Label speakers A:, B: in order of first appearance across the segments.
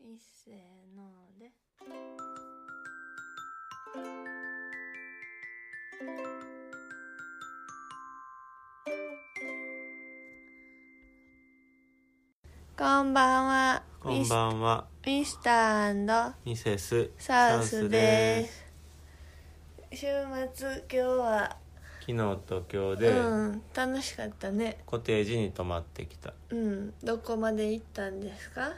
A: いっせーのでこんばんは
B: こんばんは、
A: ミスター
B: ミセス。
A: サウスですす週末今日は、
B: 昨日と今日で
A: うん楽しかったね
B: コテージに泊まってきた。
A: うんどこまで行ったんですか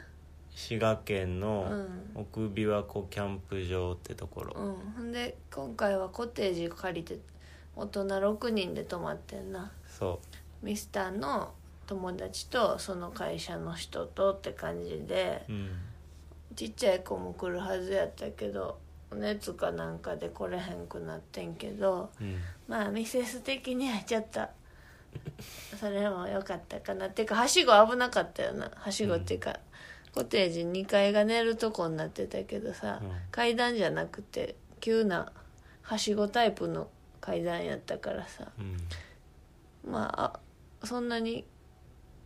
B: 滋賀県
A: う
B: の
A: ん
B: 奥琵琶湖キャンプ場ってところ。
A: うんほんで今回はコテージ借りて大人6人で泊まってんな
B: そ
A: ミスターの友達とその会社の人とって感じで
B: う。うん。
A: ちっちゃい子も来るはずやったけど熱かなんかで来れへんくなってんけど
B: うん。
A: まあミセス的にはちょっとそれも良かったかなっていうかはしご危なかったよなはしごっていうか、コテージ2階が寝るとこになってたけどさ、
B: うん
A: 階段じゃなくて急なはしごタイプの階段やったからさ
B: うん。
A: まああそんなに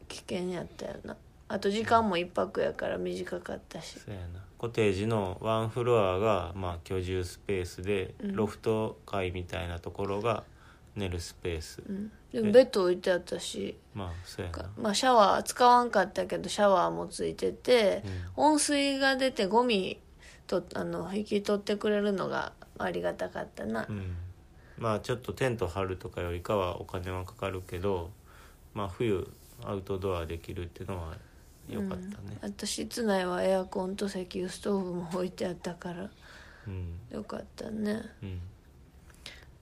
A: 危険やったよなあと時間も1泊やから短かったし
B: そうやな。コテージのワンフロアがまあ居住スペースで、
A: うん
B: ロフト階みたいなところが寝るスペース。
A: うんでもベッド置いてあったし
B: まあそうやな。
A: まあシャワー使わんかったけどシャワーもついてて、温水が出てゴミとあの引き取ってくれるのがありがたかったな
B: う、ん、まあちょっとテント張るとかよりかはお金はかかるけど、まあ、冬アウトドアできるっていうのは良かったね、
A: うんあと室内はエアコンと石油ストーブも置いてあったから
B: うん
A: よかったね
B: うん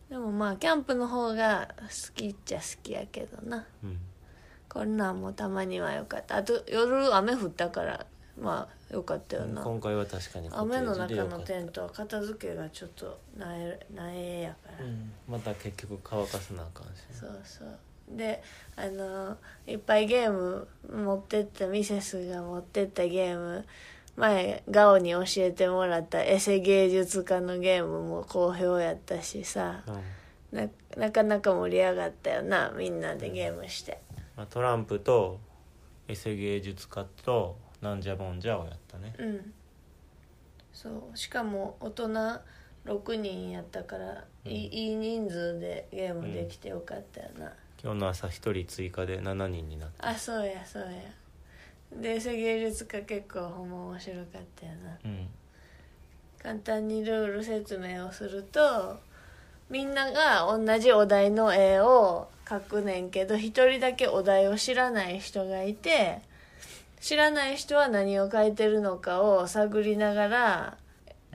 A: でもまあキャンプの方が好きっちゃ好きやけどな
B: うん
A: こんなんもたまにはよかったあと夜雨降ったからまあよかったよな
B: 今回は確かに
A: 雨の中
B: コ
A: の
B: テージで
A: テ
B: 良かっ
A: ントは片付けがちょっとなえなえやから
B: た、うん、また結局乾かさなあかんし
A: そうそうであのいっぱいゲーム持ってったミセスが持ってったゲーム前ガオに教えてもらったエセ芸術家のゲームも好評やったしさ
B: うん
A: ななかなか盛り上がったよなみんなでゲームして
B: まあ、トランプとエセ芸術家となんじゃもんじゃをやったね
A: うんそうしかも大人6人やったから、いい
B: うん
A: いい人数でゲームできてよかったよな、
B: 今日の朝一人追加で7人になった
A: あそうやそうやでエセ芸術家結構ほんま面白かったよな
B: うん
A: 簡単にルール説明をするとみんなが同じお題の絵を描くねんけど一人だけお題を知らない人がいて知らない人は何を描いてるのかを探りながら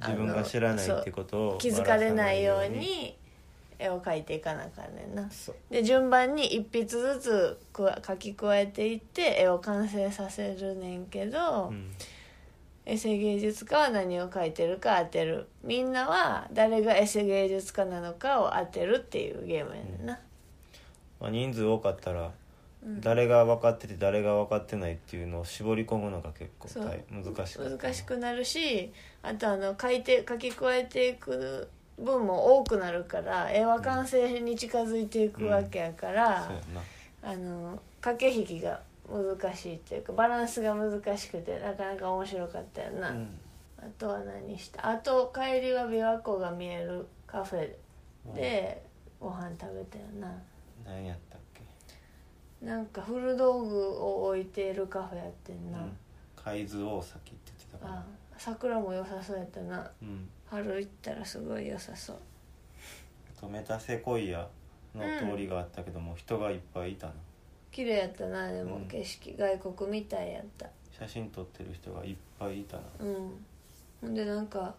A: あの
B: 自分が知らないってことを
A: 気づかれないよう
B: バラさな
A: に絵を描いていかなあかんねんな
B: そう
A: で順番に一筆ずつくわ書き加えていって絵を完成させるねんけど、
B: うん
A: エセ芸術家は何を描いてるか当てるみんなは誰がエセ芸術家なのかを当てるっていうゲームやねんな、
B: まあ、人数多かったら
A: うん
B: 誰が分かってて誰が分かってないっていうのを絞り込むのが結構
A: そう
B: 大難しかった
A: 難しくなるしあとあの書いて書き加えていく分も多くなるから絵は完成に近づいていくわけやか
B: そう
A: ら、
B: やな
A: あの駆け引きが難しいっていうかバランスが難しくてなかなか面白かったよな、
B: うん
A: あとは何したあと帰りは琵琶湖が見えるカフェでご飯食べたよな
B: 何やったっけ、
A: なんか古道具を置いているカフェやってん
B: う
A: な、
B: ん、海津大崎って言ってたか
A: あ
B: ら
A: 桜も良さそうやったな
B: うん
A: 春行ったらすごい良さそう
B: あとメタセコイアの通りがあったけども、人がいっぱいいたな
A: 綺麗やったなでも
B: うん
A: 景色、外国みたいやった
B: 写真撮ってる人がいっぱいいたな
A: うんほんでなんか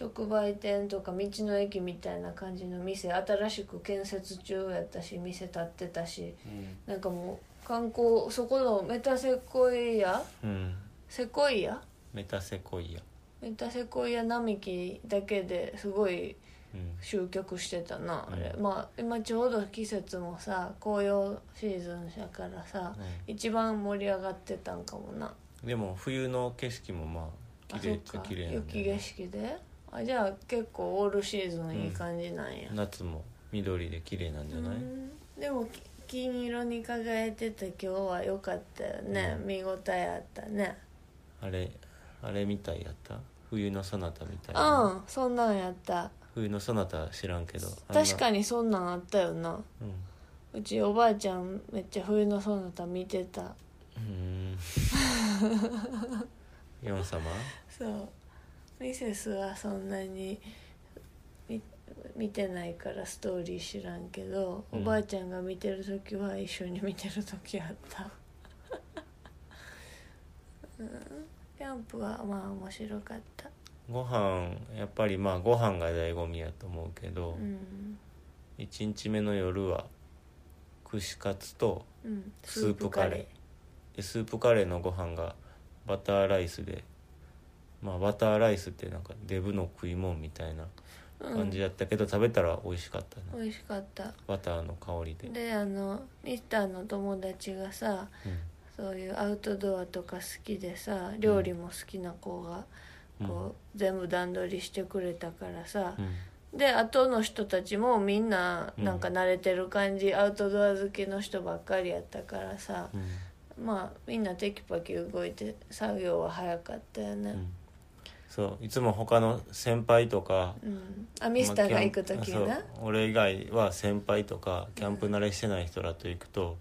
A: 直売店とか道の駅みたいな感じの店新しく建設中やったし店建ってたし
B: うん、
A: なんかもう観光そこのメタセコイア
B: うん、
A: セコイア
B: メタセコイア、
A: メタセコイア並木だけですごい
B: うん、
A: 集客してたなあれ、
B: う
A: まあ今ちょうど季節もさ紅葉シーズンやからさ一番盛り上がってたんかもな
B: うんでも冬の景色もまあ
A: あ
B: 綺
A: そ
B: 麗
A: っ
B: っちゃ
A: か
B: 綺麗なんだ
A: 雪
B: よね
A: 景色であじゃあ結構オールシーズンいい感じなんや、
B: 夏も緑で綺麗なんじゃない、
A: うんでもき金色に輝いてた今日は良かったよね、
B: うん
A: 見応えあったね
B: あれあれみたいやった冬のそなたみたいな、
A: うんそんなんやった
B: 冬のそなた知らんけどあんな
A: 確かにそんなんあったよな
B: うんう
A: うちおばあちゃんめっちゃ冬のそなた見てた
B: ー んヨン様
A: そうミセスはそんなにみ見てないからストーリー知らんけど、
B: うん
A: おばあちゃんが見てる時は一緒に見てる時あった、 うん、キャンプはまあ面白かった
B: ご飯やっぱりまあご飯が醍醐味やと思うけ
A: う
B: ど、
A: ん、
B: 一1日目の夜は串カツと
A: うん、
B: スープカレーでスープカレーのご飯がバターライスでまあバターライスってなんかデブの食い物みたいな
A: ー
B: 感じだったけど、食べたら美味しかった
A: う、
B: なん
A: 美味しかった
B: バターの香りで、
A: であのミスターの友達がさそういうアウトドアとか好きでさ料理も好きな子が
B: うん
A: こう全部段取りしてくれたからさ
B: う、ん
A: で後の人たちもみんな
B: うん
A: なんか慣れてる感じ、アウトドア好きの人ばっかりやったからさ
B: うん
A: まあみんなテキパキ動いて作業は早かったよ
B: う
A: ね
B: んそういつも他の先輩とか
A: うん、あミスターが行く時
B: まあキャン
A: な
B: そう俺以外は先輩とかキャンプ慣れしてない人らと行くと、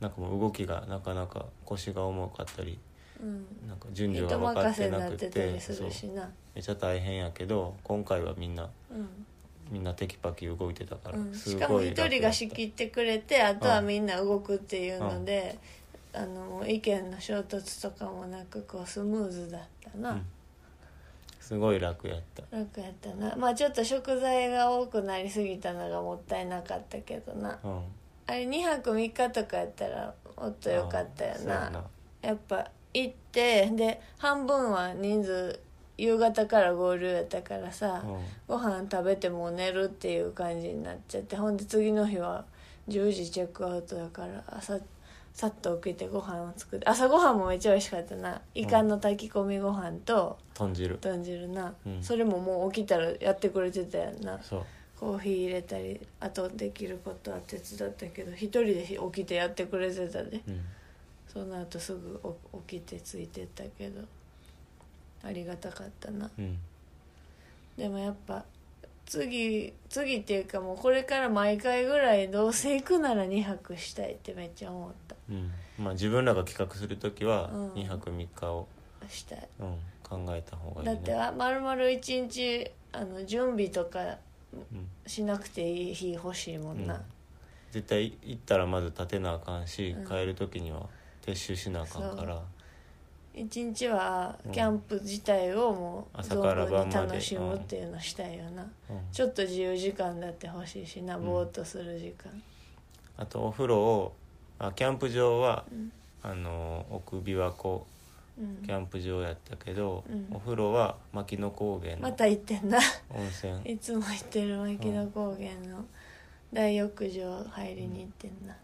B: なんかもう動きがなかなか腰が重かったり
A: うん
B: なんか順序
A: 人
B: が分かっ
A: 任せに
B: てな
A: なっ
B: く
A: て
B: て
A: たりす
B: そう
A: るしな
B: めちゃ大変やけど今回はみんな
A: うん
B: みんなテキパキ動いてたから、
A: うん、
B: す
A: し
B: ごい
A: かも一
B: 楽
A: 人
B: やった
A: が仕切ってくれてあとはみんな動くっていうので、あの意見の衝突とかもなくこうスムーズだったな、
B: うんすごい楽やった
A: 楽やったなまあちょっと食材が多くなりすぎたのがもったいなかったけどな
B: うん
A: あれ2泊3日とかやったらもっと良かったよ
B: そう
A: な
B: やな
A: やっぱ行ってで半分は人数夕方から合流やったからさ、
B: うん
A: ご飯食べてもう寝るっていう感じになっちゃってほんで次の日は10時チェックアウトだから朝さっと起きてご飯を作って朝ご飯もめっちゃ美味しかったなイカの炊き込みご飯と
B: 豚汁
A: 豚汁な、
B: うん
A: それももう起きたらやってくれてたやんな
B: そう
A: コーヒー入れたりあとできることは手伝ったけど一人で起きてやってくれてたで
B: うん
A: その後すぐお起きてついてったけどありがたかったな
B: うん
A: でもやっぱ次次っていうかもうこれから毎回ぐらいどうせ行くなら2泊したいってめっちゃ思った
B: うんまあ自分らが企画する時は
A: うん
B: 2泊3日を、
A: したい
B: うん、考えた方がいい
A: だ
B: ね
A: ってあ丸々1日あの準備とか
B: うん
A: しなくていい日欲しいもんな、
B: うん絶対行ったらまず立てなあかんし、
A: うん
B: 帰る時には撤収しなあかんから
A: 一1日は
B: うん
A: キャンプ自体をもう
B: 朝から
A: 存分
B: 晩ま
A: に
B: で
A: 楽しむっていうのしたいよな、
B: うん
A: ちょっと自由時間だって欲しいしな
B: うん
A: ぼーっとする時間、
B: あとお風呂をあキャンプ場は、
A: うん
B: あの奥琵琶湖
A: うん
B: キャンプ場やったけど、
A: うん
B: お風呂は牧野高原
A: ま
B: の
A: た行ってんな
B: 温泉、
A: いつも行ってる牧野高原の大浴場入りに行ってんな、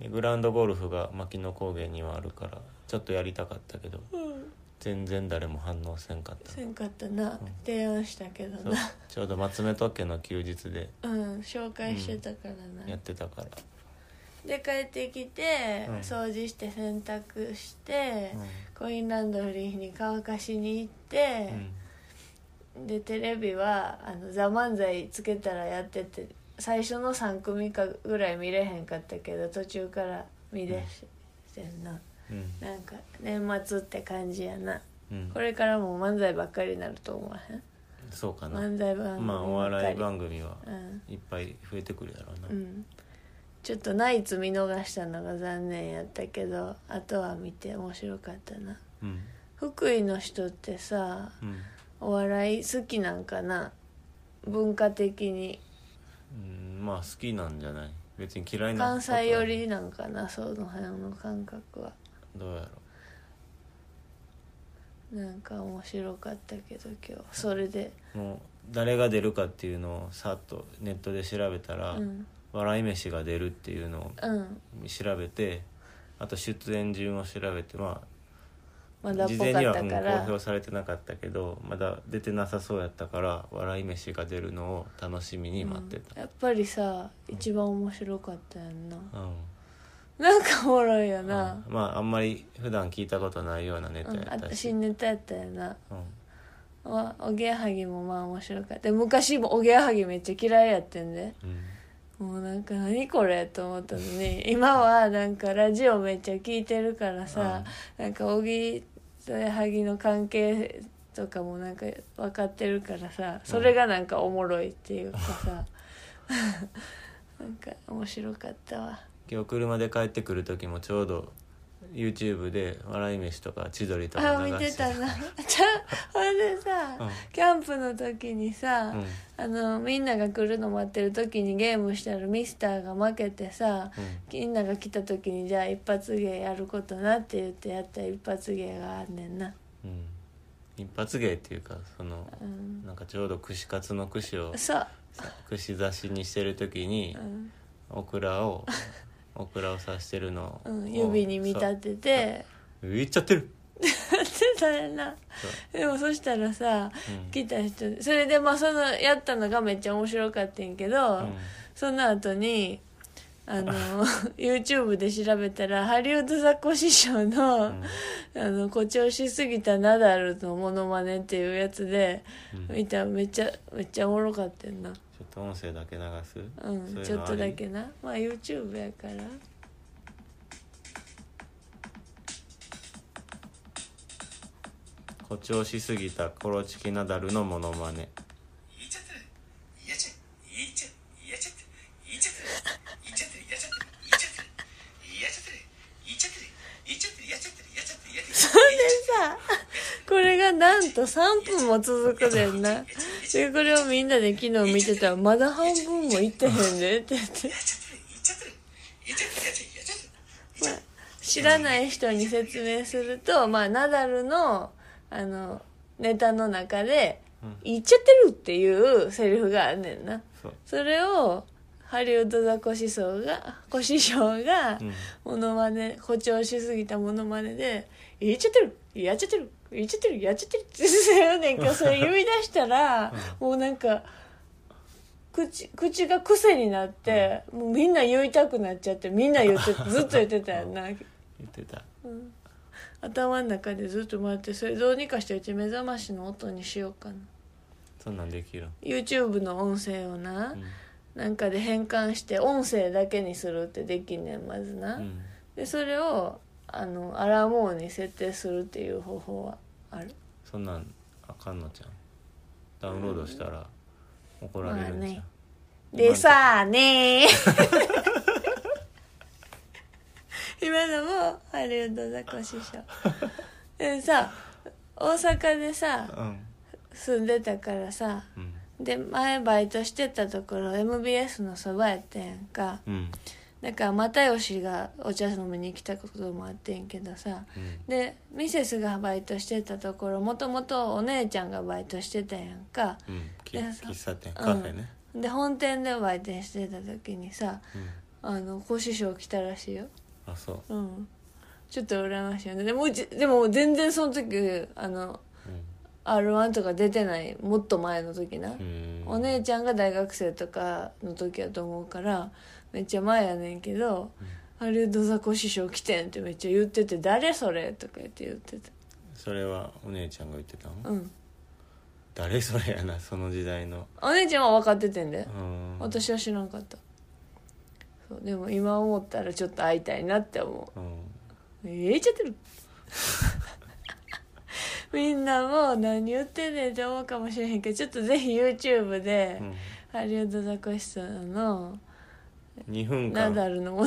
B: でグラウンドゴルフが牧野高原にはあるからちょっとやりたかったけど
A: うん、
B: 全然誰も反応せんかった
A: せんかったな、
B: うん
A: 提案したけど
B: そう
A: な
B: ちょうど松目特家の休日で
A: うん紹介してたからな、
B: やってたから、
A: で帰ってきて、
B: うん
A: 掃除して洗濯して、
B: うん
A: コインランドリーに乾かしに行って、でテレビは「あのザ漫才つけたらやってて最初の3組かぐらい見れへんかったけど途中から見出してんな、
B: うんうん
A: なんか年末って感じやな
B: うん
A: これからも漫才ばっかりになると思わへん
B: そうかな
A: 漫才番組
B: まあお
A: ばっか
B: 笑い
A: り
B: 番組は
A: うん
B: いっぱい増えてくるやろうな、
A: うんちょっとナイツ見逃したのが残念やったけどあとは見て面白かったな
B: うん
A: 福井の人ってさ
B: うんうん
A: お笑い好きなんかな文化的に
B: まあ好きなんじゃない別に嫌いな
A: 関
B: ことは
A: 西寄りなんかなその辺の感覚は
B: どうやろ
A: なんか面白かったけど今日それで
B: うもう誰が出るかっていうのをさっとネットで調べた
A: う
B: ら、
A: ん
B: 笑い飯が出るっていうの
A: うん
B: を調べてあと出演順を調べてまあ
A: まだっ
B: 事
A: ぽ
B: 前
A: か
B: に
A: っ
B: はう
A: た
B: ん
A: か
B: 公
A: ら
B: 表されてなかったけどまだ出てなさそうやったから笑い飯が出るのを楽しみに待って
A: うん
B: た、
A: やっぱりさ一番面白かったやんな
B: うん
A: なんかおもろいよな、
B: うんまああんまり普段聞いたことないようなネ
A: う
B: タ
A: ん
B: やったし、
A: 私ネタやったよな
B: うん
A: わおぎやはぎもまあ面白かったで昔もおぎやはぎめっちゃ嫌いやってんで
B: うん
A: もうなんか何これと思ったの に今はなんかラジオめっちゃ聞いてるからさ、なんかおぎとやはぎの関係とかもなんか分かってるからさそれがなんかおもろいっていうかさ、 なんか面白かったわ
B: 今日車で帰ってくる時もちょうど YouTube で「笑い飯」とか「千鳥」と
A: あ
B: か流
A: 見て
B: して
A: たなちゃほんでさ、
B: うん
A: キャンプの時にさ、
B: うん
A: あのみんなが来るの待ってる時にゲームしたらミスターが負けてさ、みんなが来た時にじゃあ一発芸やることなって言ってやった一発芸があんねんな、
B: うん、うん、一発芸っていうかその
A: うん、
B: なんかちょうど串カツの串を
A: そう、
B: 串刺しにしてる時に
A: うん
B: オクラを オクラを刺してるのを、
A: うん、指に見立てて
B: そういっちゃってる
A: やってたよな
B: そう
A: でもそしたらさ
B: うん
A: 来た人それでまあそのやったのがめっちゃ面白かったんけど、
B: うん
A: その後にあの YouTube で調べたらハリウッドザコシショウの,、
B: うん
A: あの誇張しすぎたナダルのモノマネっていうやつで
B: うん
A: 見たらめっちゃめっちゃおもろかったよな
B: ちょっと音声だけ流す、
A: うん
B: そういうのあり
A: ちょっとだけなまあ YouTube やから
B: 誇張しすぎたコロチキナダルのモノマネ
C: 言っちゃってる言っちゃ言っちゃ言っちゃってる言っちゃってる言っちゃってる言っちゃってる言っちゃってる言っちゃってる言っちゃってる言っちゃってる言っちゃってる言っちゃってる言っちゃってる
A: それでさこれがなんと3分も続くでんなでこれをみんなで昨日見てたらまだ半分もいってへんでって言って
C: 言っちゃってる言っちゃってる言っちゃっ
A: まあ、
C: てる
A: 知らない人に説明すると、まあ、ナダルのあのネタの中で
B: うん
A: 「言っちゃってる」っていうセリフがあんねんな
B: そう、
A: それをハリウッドザコシソウがコシショウが
B: うん、
A: モノマネ誇張しすぎたモノマネで「言っちゃってるやっちゃってる言っちゃってるやっちゃってる」って言うねんけどそれ言い出したらもうなんか口口が癖になってもうみんな言いたくなっちゃってみんな 言ってずっと言ってたよな。
B: 言ってた
A: うん頭の中でずっと回ってそれどうにかしてうち目覚ましの音にしようかな
B: そんなんできる、
A: YouTube の音声をな、
B: うん
A: なんかで変換して音声だけにするってできんねんまずな、
B: うん、
A: でそれをあのアラモーに設定するっていう方法はある
B: そんなんあかんのちゃんダウンロードしたら怒られるんじゃん、
A: まあねでさあねー 今のもハリウッドザコシショウでさ大阪でさ住んでたからさ
B: うんうん
A: で前バイトしてたところ MBS のそばやったやんか
B: うん
A: だから又吉がお茶飲みに来たこともあってんけどさ
B: うん
A: でミセスがバイトしてたところもともとお姉ちゃんがバイトしてたやんか
B: うんき
A: でさ
B: 喫茶店
A: うん
B: カフェね、
A: で本店でバイトしてた時にさ
B: うん
A: あの講師匠来たらしいよ
B: あそう、
A: うんちょっと羨ましいよねでもうちでも全然その時あの
B: う
A: r 1とか出てないもっと前の時な、
B: ん、うん
A: お姉ちゃんが大学生とかの時やと思うからめっちゃ前やねんけど「ハリウッドザコシショウ来てん」ってめっちゃ言ってて「誰それ?」とか言って言ってた
B: それはお姉ちゃんが言ってたの、
A: うん
B: 誰それやなその時代の
A: お姉ちゃんは分かっててんで、
B: うん
A: 私は知らんかったそうでも今思ったらちょっと会いたいなって思
B: うん
A: う言えちゃって るみんなも何言ってんねんって思うかもしれへんけどちょっとぜひ YouTube で、
B: うん
A: ハリウッドザコシショウの
B: 2分
A: ナダ
B: 間
A: ルのも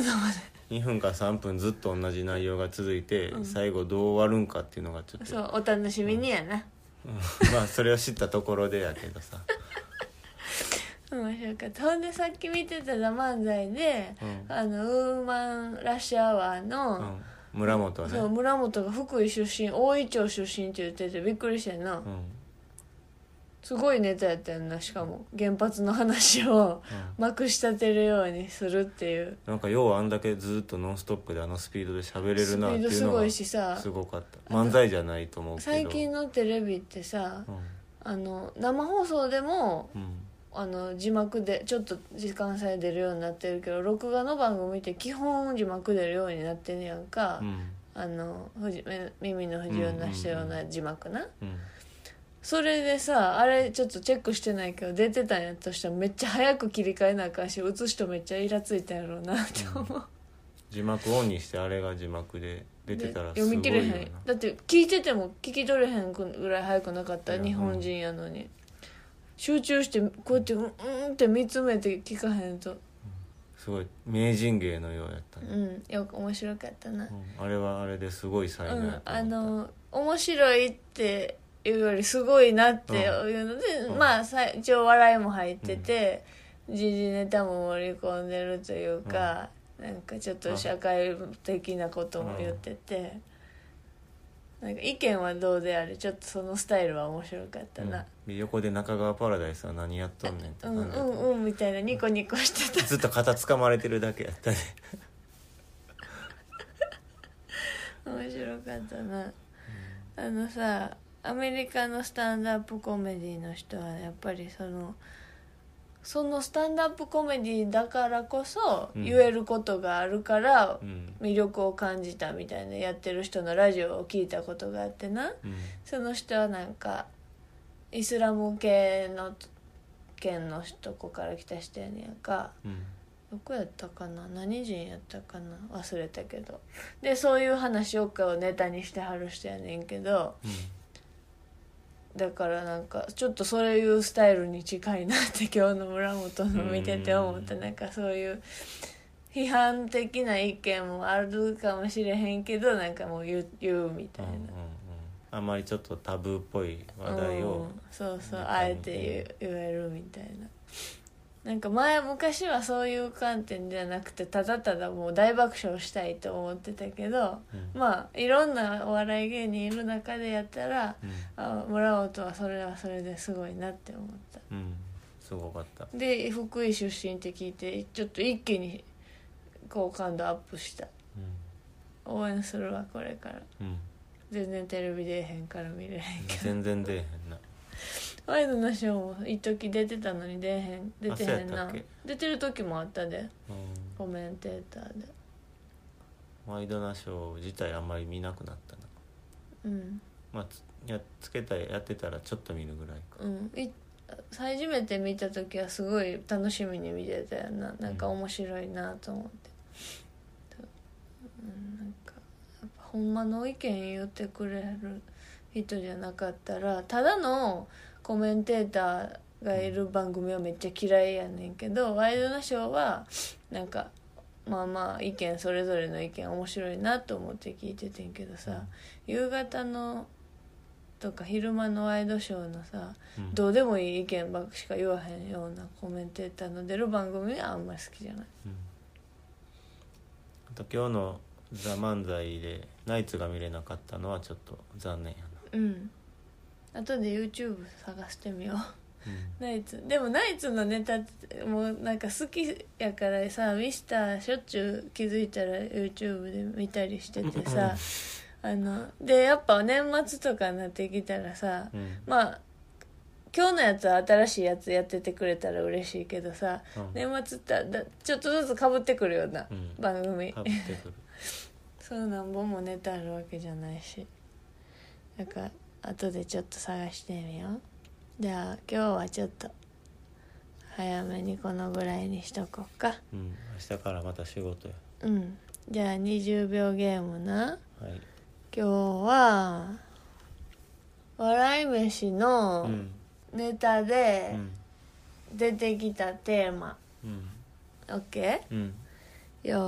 A: のまで
B: 2分か3分ずっと同じ内容が続いて、最後どう終わるんかっていうのがちょっと
A: そうお楽しみにやな、
B: うんまあそれを知ったところでやけどさ、
A: 面白かったほんでさっき見てた「ザ漫才で、
B: うん
A: あのウーマンラッシュアワー
B: う
A: の、
B: ん、村本はね
A: そう村本が福井出身大井町出身って言っててびっくりしたよな、
B: うん
A: すごいネタやったよなしかも原発の話を まくし立てるようにするっていう
B: なんかようあんだけずっとノンストップであのスピードで喋れ
A: ス
B: る
A: ピ
B: なって
A: ード
B: いう
A: す
B: の
A: ご
B: が
A: いしさ
B: すごかった漫才じゃないと思うけど
A: 最近のテレビってさ
B: うん
A: あの生放送でも
B: うん
A: あの字幕でちょっと時間差で出るようになってるけど録画の番組って基本字幕出るようになってんねやんか、
B: うん
A: あの不自め耳の不自由な人ような字幕な、
B: うん
A: それでさあれちょっとチェックしてないけど出てたんやとしたらめっちゃ早く切り替えなあかんし映す人めっちゃイラついたやろうなって思う、
B: 字幕オンにしてあれが字幕で出てたら
A: です
B: ご
A: 読
B: い
A: み切れへ
B: よ
A: んだって聞いてても聞き取れへんぐらい早くなかった
B: いや
A: 日本人やのに集中してこうやってうんうんって見つめて聞かへんと
B: すごい名人芸のようやった
A: う
B: ね、
A: んよく面白かったな
B: うんあれはあれですごい才
A: う
B: 能や
A: ん、
B: と思った
A: あの面白いっていうよりすごいなっていうので、
B: うん
A: まあさ一応笑いも入ってて、時事ネタも盛り込んでるというか、なんかちょっと社会的なことも言ってて、なんか意見はどうであれちょっとそのスタイルは面白かったな、
B: うん横で中川パラダイスは何やっとんねんって
A: うん、う
B: 感
A: ん
B: じだった
A: うんみたいなニコニコしてた
B: ずっと肩つかまれてるだけやったね
A: 面白かったな、あのさアメリカのスタンドアップコメディの人はやっぱりそのそのスタンドアップコメディだからこそ
B: うん
A: 言えることがあるから
B: うん
A: 魅力を感じたみたいなやってる人のラジオを聞いたことがあってな
B: うん
A: その人はなんかイスラム系の県の人こから来た人やねんやんか。
B: うん
A: どこやったかな何人やったかな忘れたけどでそういう話をかをネタにしてはる人やねんけどだからなんかちょっとそういうスタイルに近いなって 今日の村本の見てて思った
B: うん
A: なんかそういう批判的な意見もあるかもしれへんけどなんかもう言う言うみた
B: う
A: い
B: ん
A: な
B: うんうんあんまりちょっとタブーっぽい話題
A: う
B: を
A: ん、そうそう
B: ネ
A: あ
B: タ
A: え
B: に
A: て言う言えるみたいななんか前昔はそういう観点じゃなくてただただもう大爆笑したいと思ってたけど
B: うん
A: まあいろんなお笑い芸人いる中でやったら
B: うん
A: あ村本はそれはそれですごいなって思った
B: うんすごかった
A: で福井出身って聞いてちょっと一気に好感度アップした
B: う
A: 応援するわこれから
B: ん うん
A: 全然テレビ出えへんから見れへんけど
B: 全然出えへんな
A: ワイドナショーも一時出てたのに出えへん出てへん
B: そうやっ
A: な
B: たっけ
A: 出てる時もあったで
B: うん
A: コメンテーターで
B: ワイドナショー自体あんまり見なくなったな
A: うん
B: まあつやつけたやってたらちょっと見るぐらいか
A: うんい初めて見た時はすごい楽しみに見てたよななんか面白いなと思って、うん、なんかやっぱほんまの意見言ってくれる人じゃなかったらただのコメンテーターがいる番組はめっちゃ嫌いやねんけど「ワイドナショー」はなんかまあまあ意見それぞれの意見面白いなと思って聞いててんけどさ夕方のとか昼間のワイドショーのさ
B: うん
A: どうでもいい意見ばっかしか言わへんようなコメンテーターの出る番組はあんまり好きじゃない。
B: うんあと今日の「ザ漫才でナイツが見れなかったのはちょっと残念やな、
A: うん後で YouTube 探してみよう
B: うん
A: ナイツでもナイツのネタってもうなんか好きやからさミスターしょっちゅう気づいたら YouTube で見たりしててさあのでやっぱ年末とかになってきたらさ、
B: うん
A: まあ今日のやつは新しいやつやっててくれたら嬉しいけどさ、
B: うん
A: 年末ってだちょっとずつかぶってくるような
B: うん
A: 番組、
B: かぶってくる
A: そうなんぼもネタあるわけじゃないしなんか後でちょっと探してみようじゃあ今日はちょっと早めにこのぐらいにしとこうか
B: うん明日からまた仕事や
A: うんじゃあ20秒ゲームな
B: はい
A: 今日は笑い飯
B: う
A: の
B: ん
A: ネタ
B: う
A: で
B: ん
A: 出てきたテーマ、
B: うん
A: オッケ
B: うん
A: ーよ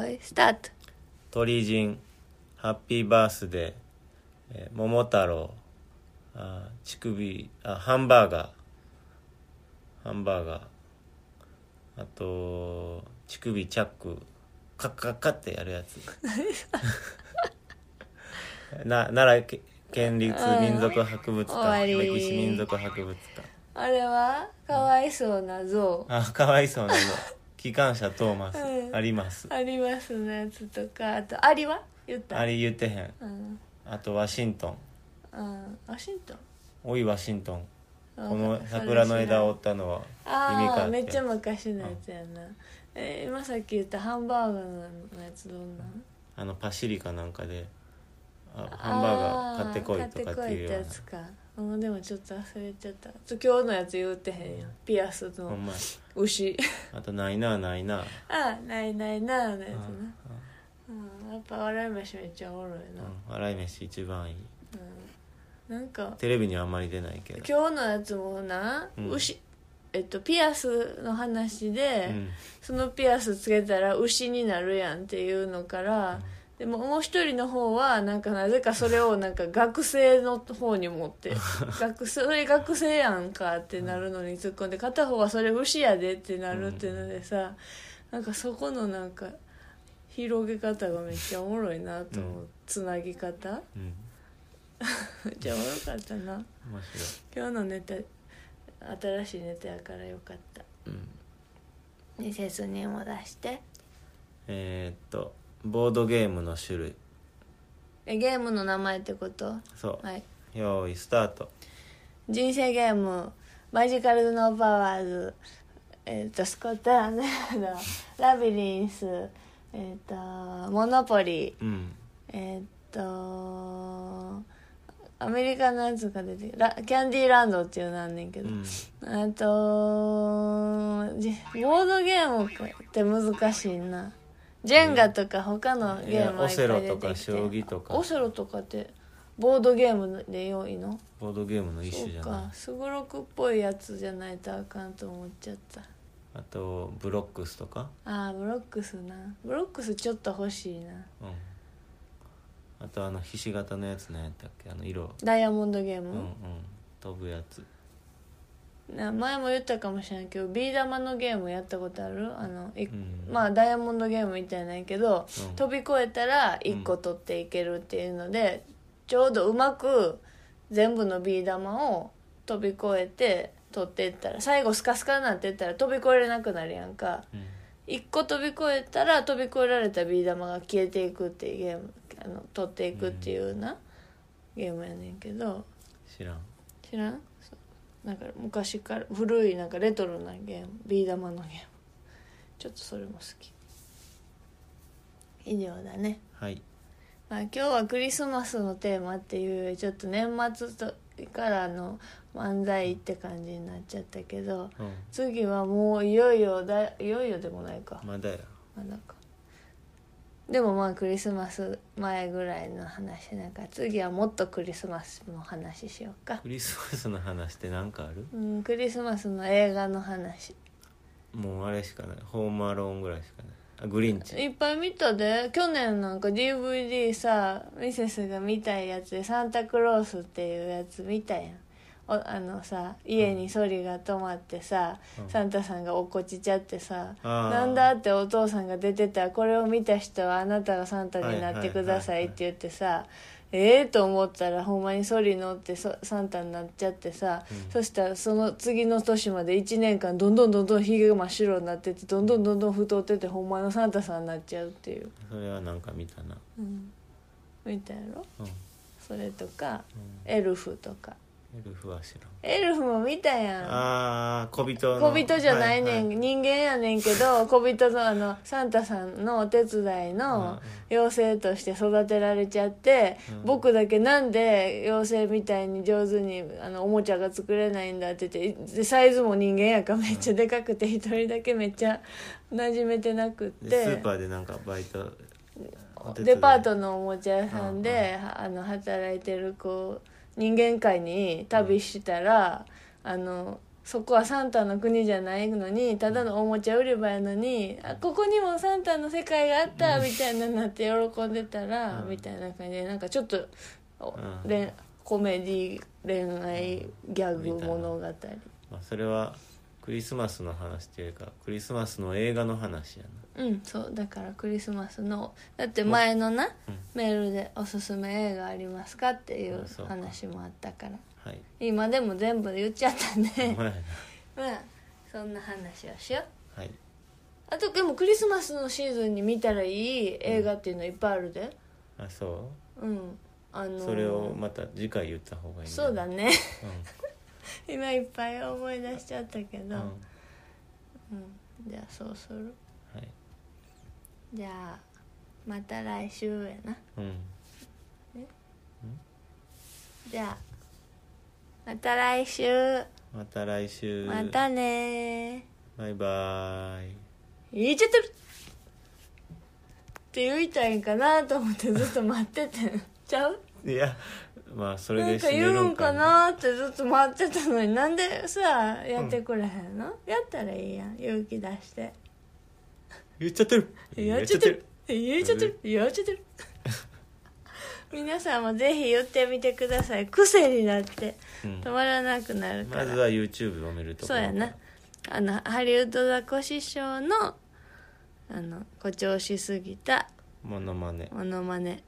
A: ーいスタート
B: 鳥人ハッピーバースデー、えー桃太郎あー乳首あハンバーガーハンバーガーあと乳首チャックカッカッカッってやるやつ な奈良け県立民族博物
A: 終わ
B: 館
A: り
B: 歴史民族博物館
A: あれはかわいそうな像
B: あかわいそうなの機関車トーマス、
A: うん
B: あります
A: ありますのやつとかあとアリは言った
B: あり言ってへん
A: うん
B: あとワシントン
A: うんワシントン
B: おいワシントン
A: うこ
B: この桜の枝を折ったのは意味
A: あ
B: か
A: あめっちゃ
B: って
A: 昔のやつやな、え今さっき言ったハンバーガーのやつどんなん
B: あのパシリかなんかであハンバーガー買ってこいとかっていう
A: あ
B: よ
A: ー買ってこいってやつかもうでもちょっと忘れちゃったちょ今日のやつ言うてへんやんピアス
B: うなほ
A: の
B: んまや
A: 牛
B: あとないなないな
A: あないないなのやつ
B: うん
A: なうんやっぱ笑い飯めっちゃおるよ
B: う
A: な、
B: ん笑い飯一番いい
A: うん、なんか
B: テレビにはあんまり出ないけど
A: 今日のやつもな、
B: うん
A: 牛えっとピアスの話で、
B: うん
A: そのピアスつけたら牛になるやんっていうのから、でももう一人の方はなんかなぜかそれをなんか学生の方に持って 学それ学生やんかってなるのに突っ込んで片方はそれ牛やでってなるっていうのでさ、なんかそこのなんか広げ方がめっちゃおもろいなと思う、
B: うん
A: つなぎ方
B: うん
A: めっちゃおもろかったな
B: 面白い
A: 今日のネタ新しいネタやからよかった
B: うん
A: で説明も出して
B: えーっとボードゲームの種類
A: えゲームの名前ってこと
B: そう、
A: はい
B: 用意スタート
A: 人生ゲームマジカルノーパワーズえっ、とスコットランド ラビリンスえっ、とモノポリー
B: うん
A: えっ、とアメリカのやつが出てきラキャンディーランドっていうのあんねんけ
B: う
A: ど、
B: ん
A: あとじボードゲームって難しいなジェンガとか他のゲームはいっぱい出てきて
B: いやオセロとか将棋とか
A: オセロとかってボードゲームで良いの
B: ボードゲームの一
A: そう
B: 種じゃ
A: か
B: ない
A: すごろくっぽいやつじゃないとあかんと思っちゃった
B: あとブロックスとか、
A: あーブロックスなブロックスちょっと欲しいな
B: うん、あとあのひし形のやつ何やったっけあの色
A: ダイヤモンドゲー
B: うんうん
A: ム、
B: 飛ぶやつ
A: な前も言ったかもしれないけどビー玉のゲームやったことあるあのい
B: うん
A: まあダイヤモンドゲームみたいなんやけど、
B: うん
A: 飛び越えたら1個取っていけるっていうので、ちょうどうまく全部のビー玉を飛び越えて取っていったら最後スカスカになっていったら飛び越えれなくなるやんか
B: うん
A: 1個飛び越えたら飛び越えられたビー玉が消えていくっていうゲームあの取っていくっていうな、ゲームやねんけど
B: 知らん
A: 知らんそうなんか昔から古いなんかレトロなゲームビー玉のゲームちょっとそれも好き以上だね
B: はい
A: まあ、今日はクリスマスのテーマっていうよりちょっと年末とからの漫才って感じになっちゃったけど
B: うん
A: 次はもういよいよだいよいよでもないか
B: まだや
A: まだかでもまあクリスマス前ぐらいの話なんか次はもっとクリスマスの話しようか
B: クリスマスの話って何かある
A: うんクリスマスの映画の話
B: もうあれしかないホームアローンぐらいしかないあグリンチ
A: いっぱい見たで去年なんか DVD さミセスが見たいやつでサンタクロースっていうやつ見たやんおあのさ家にソリが泊まってさ、
B: うん
A: サンタさんが落っこちちゃってさ「
B: あー
A: なんだ?」ってお父さんが出てたらこれを見た人はあなたがサンタになってくださいって言ってさええと思ったらほんまにソリ乗ってそサンタになっちゃってさ、
B: うん
A: そしたらその次の年まで1年間どんどんどんどんひげが真っ白になってってどんどんどんどん太っててほんまのサンタさんになっちゃうっていう、
B: それはなんか見たな
A: うん、みたいやろ
B: うん
A: それとか
B: う
A: エルフとか
B: んエルフは知らん
A: エルフも見たやん
B: ああ小人の
A: 小人じゃないねん、
B: はは
A: 人間やねんけ ど小人のあのサンタさんのお手伝い
B: うんうん
A: の妖精として育てられちゃって、
B: うん
A: 僕だけなんで妖精みたいに上手にあのおもちゃが作れないんだって言ってでサイズも人間やからめっちゃでかくて一人だけめっちゃ馴染めてなくっ
B: で
A: て
B: スーパーでなんかバイトお手伝い
A: デパートのおもちゃ屋さんで、あの働いてる子人間界に旅したら、あのそこはサンタの国じゃないのにただのおもちゃ売り場やのにあここにもサンタの世界があったみたいななって喜んでたら、
B: うん
A: みたいな感じでなんかちょっと、お
B: うん
A: 恋コメディ恋愛ギャグ
B: みたいな
A: 物語
B: まあ、それはクリスマスの話っていうかクリスマスの映画の話や
A: うんそうだからクリスマスのだって前のな、
B: うん
A: メールで「おすすめ映画ありますか?」っていう
B: あそうか
A: 話もあったから
B: な はい
A: 今でも全部言っちゃった
B: お
A: ね
B: 前やな
A: まあそんな話をしよう
B: はい
A: あとでもクリスマスのシーズンに見たらいい映画っていうのいっぱいあるで
B: あそ
A: うんあの
B: う
A: ー
B: それをまた次回言った方がいいん
A: そうだね
B: うん
A: 今いっぱい思い出しちゃったけど、
B: うん
A: じゃあそうする
B: はい
A: じゃあまた来週やな
B: うん
A: じゃあまた来週
B: また来週
A: またね
B: バイバーイ
A: 言っちゃってるって言いたいんかなと思ってずっと待って てちゃう
B: いやまあそれ
A: なん
B: で
A: か
B: 死ね
A: 言
B: る
A: うんん
B: か
A: か
B: な
A: なってずっと待ってたのになんでさやってくれへんの、やったらいいやん勇気出して
B: 言っちゃってる
A: やっちゃってる言っちゃってる言っちゃってる皆さんもぜひ言ってみてください癖になって
B: うん
A: 止まらなくなるか
B: ま
A: ら、
B: ずは YouTube を見るとこ
A: そ
B: ろ
A: うやなあのハリウッドザコシショウのあの誇張しすぎた
B: モノマネ
A: モノマネ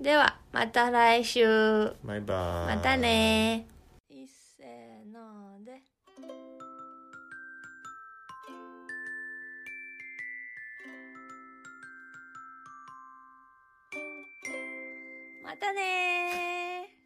A: ではまた来週
B: バイバーイ
A: またねいっせーのでまたねー